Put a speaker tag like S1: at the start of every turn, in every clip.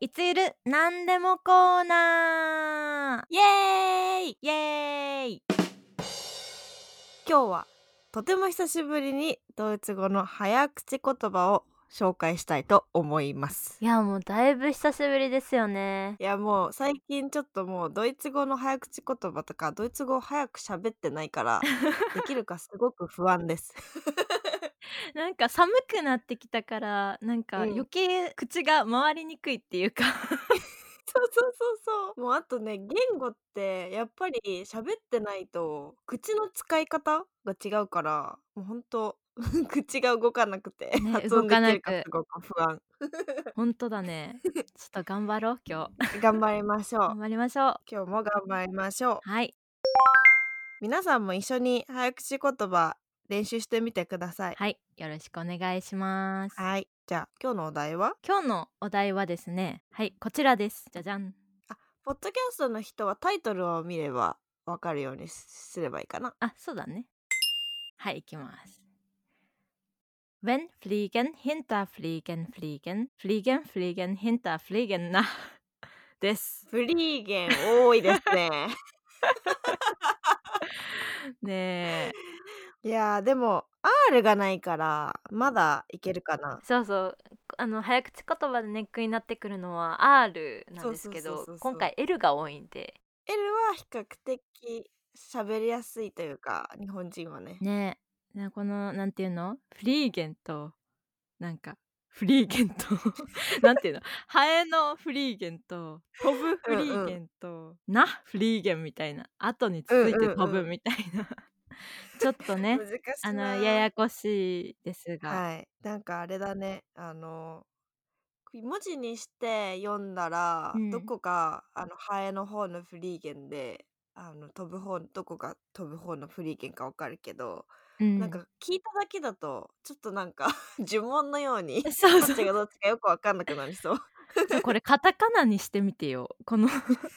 S1: いつゆるなんでもコーナー
S2: イエーイ
S1: イエーイ
S2: 今日はとても久しぶりにドイツ語の早口言葉を紹介したいと思います
S1: いやもうだいぶ久しぶりですよね
S2: いやもう最近ちょっともうドイツ語の早口言葉とかドイツ語を早く喋ってないからできるかすごく不安です
S1: なんか寒くなってきたからなんか
S2: うん
S1: 余計口が回りにくいっていうか
S2: そうそうそうそうもうあとね言語ってやっぱり喋ってないと口の使い方が違うからもうほんと 口が動かなくて、
S1: ね
S2: 発音できる
S1: 動か
S2: か
S1: なく
S2: すごく不安
S1: 本当だねちょっと頑張ろう今日
S2: 頑張りましょう
S1: 頑張りましょう
S2: 今日も頑張りましょう
S1: はい
S2: 皆さんも一緒に早口言葉練習してみてください
S1: はいよろしくお願いします
S2: はいじゃあ今日のお題は
S1: 今日のお題はですねはいこちらですじゃじゃん
S2: ポッドキャストの人はタイトルを見ればわかるようにすすればいいかな
S1: あ、そうだね。はい、行きます。Wenn fliegen, hinterfliegen, fliegen, fliegen, fliegen, hinterfliegen な。です。
S2: フリーゲン多いですね
S1: ねえ。
S2: いやーでも R がないからまだいけるかな
S1: そうそう。あの、早口言葉でネックになってくるのは R なんですけ
S2: そ
S1: ど
S2: うそうそうそうそ、う
S1: 今回 L が多いんで。
S2: L は比較的喋りやすいというか日本人はね
S1: ねえ。なこの、なんていうのフリーゲンと、なんか、フリーゲンと、 なんていうのハエのフリーゲンと、飛ぶフリーゲンと、なフリーゲンみたいな、後に続いて飛ぶみたいな。 ちょっとね
S2: 難、しい
S1: あの、
S2: なー
S1: ややこしいですが。
S2: はいなんかあれだねあの文字にして読んだら、
S1: うん
S2: どこかあのハエの方のフリーゲンであの飛ぶ方どこが飛ぶ方のフリーゲンかわかるけど、
S1: うん、
S2: なんか聞いただけだとちょっとなんか 呪文のように
S1: そう
S2: ど
S1: そう
S2: っちがどっちかよくわかんなくなりそう。
S1: そうこれカタカナにしてみてよこの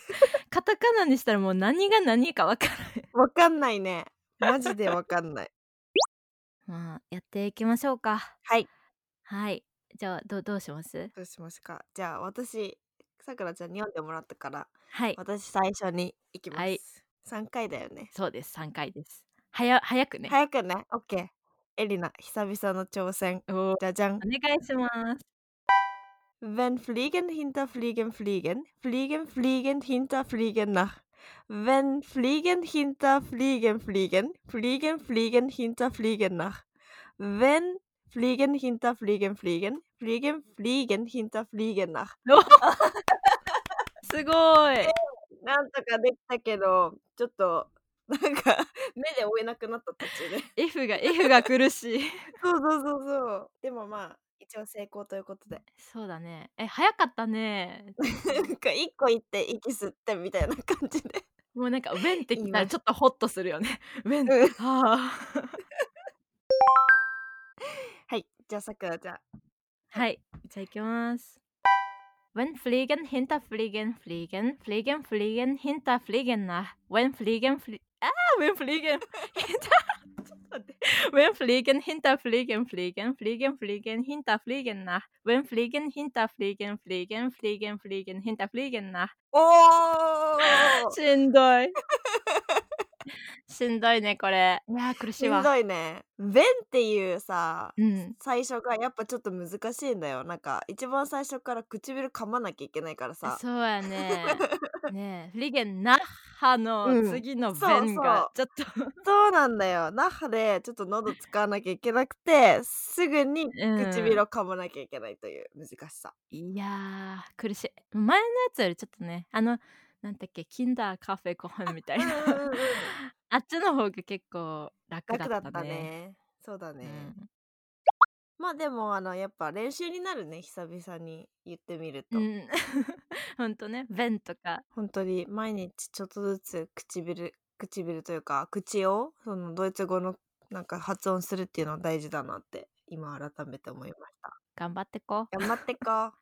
S1: カタカナにしたらもう何が何かわからない
S2: わかんないねマジでわか んない。
S1: まあやっていきましょうか
S2: はい
S1: はいじゃあどどうします
S2: どうしますかじゃあ私さくらちゃんに読んでもらったから
S1: はい
S2: 私最初に行きます。
S1: はい
S2: 3回だよね。
S1: そうです3回ですはや早くね、
S2: 早くね。オッケー。エリナ、久々の挑戦。
S1: おお
S2: じゃじゃん。
S1: 願いします
S2: Wenn fliegen hinter fliegen fliegen, fliegen fliegen hinter fliegen nach. Wenn fliegen hinter fliegen fliegen, fliegen fliegen hinter fliegen nach. Wenn fliegen hinter fliegen fliegen, fliegen fliegen hinter fliegen nach.
S1: すごい
S2: なんとかできたけど、ちょっと なんか目で追えなくなった途中で。
S1: F が F が苦しい
S2: そうそうそうそう。でもまあ一応成功ということで。
S1: そうだねえ早かったね
S2: なんか一個行って息吸ってみたいな感じで。
S1: もうなんか「ウェン」ってきた
S2: 言い
S1: ら
S2: ま
S1: ちょっとホッとするよね「ウェン」
S2: うん
S1: あー
S2: はい、じゃあさくらちゃん。
S1: はいじゃあいきます When fliegen, hinter fliegen, fliegen, fliegen, fliegen, hinter fliegen nach. When fliegen, flie ah, when fliegen, hinter. ちょっと待って when fliegen, hinter fliegen, fliegen, fliegen, fliegen, hinter fliegen nach. When fliegen, hinter fliegen, fliegen, fliegen, fliegen, hinter fliegen nach.
S2: お お。
S1: しんどい。 しんどいね、これ。いやー、苦しい
S2: し
S1: わ。
S2: んどいね。弁っていうさ、
S1: うん。
S2: 最初がやっぱちょっと難しいんだよ。なんか一番最初から唇噛まなきゃいけないからさ。
S1: そうや ね。ねえ、フリゲンナッハの
S2: うん
S1: 次の
S2: そう
S1: 弁がちょっと、
S2: そうなんだよ。那覇でちょっと喉使わなきゃいけなくて、すぐに
S1: うん
S2: 唇を噛まなきゃいけないという難しさ。
S1: いやー苦しい前のやつよりちょっとねあのなんだっけキンダーカフェご飯みたいな
S2: うんうんうん
S1: あっちの方が結構楽だ
S2: 楽
S1: っ
S2: だ
S1: た
S2: っ
S1: ね
S2: たね。そうだね。
S1: うん
S2: まあでもあのやっぱ練習になるね久々に言ってみると、
S1: うん ほんとね弁とか
S2: 本当に毎日ちょっとずつ唇唇というか口をそのドイツ語のなんか発音するっていうのは大事だなって今改めて思いました
S1: 頑張ってこ
S2: 頑張ってこう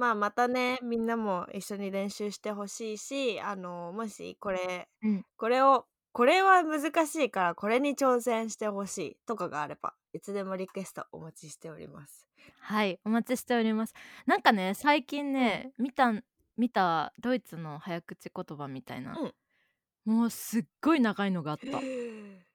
S2: まあまたねみんなも一緒に練習してほしいしあのもしこれ、
S1: うん
S2: これをこれは難しいからこれに挑戦してほしいとかがあればいつでもリクエストお待ちしております。
S1: はいお待ちしておりますなんかね最近ね見た見たドイツの早口言葉みたいな、もうすっごい長いのがあった
S2: え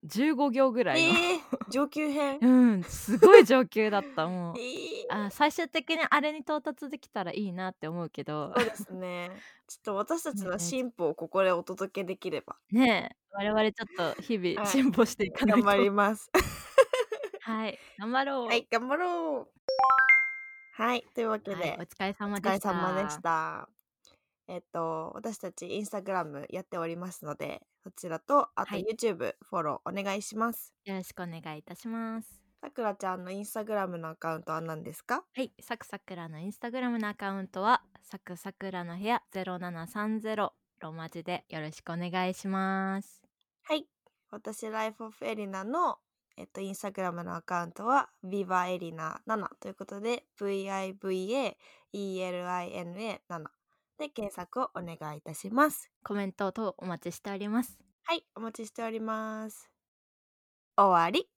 S1: 15行ぐらいの、
S2: ー、上級編。
S1: うんすごい上級だったもう
S2: えー
S1: あ最終的にあれに到達できたらいいなって思うけ ど
S2: そうですね。ちょっと私たちの進歩をここでお届けできれば
S1: ねえ我々ちょっと日々
S2: はい
S1: 進歩していか ない
S2: 頑
S1: と、
S2: 張ります。
S1: はい頑張ろう、
S2: はい、頑張ろう。はい、というわけで、
S1: はいお疲れ様
S2: お
S1: で
S2: 疲れ
S1: した
S2: 様でした。えっと、私たちインスタグラムやっておりますので、そちらと、あと
S1: はい
S2: YouTube フォローお願いします。
S1: よろしくお願いいたします
S2: さくらちゃんのインスタグラムのアカウントは何ですか
S1: はい、サクサクラのインスタグラムのアカウントはサクサクラの部屋0730ロマ字でよろしくお願いします
S2: はい。私、Life of Elina の、えっと、インスタグラムのアカウントは、Viva Elina7 ということで、VIVAELINA7 で検索をお願いいたします。
S1: コメント等お待ちしております
S2: はい、お待ちしております。終わり。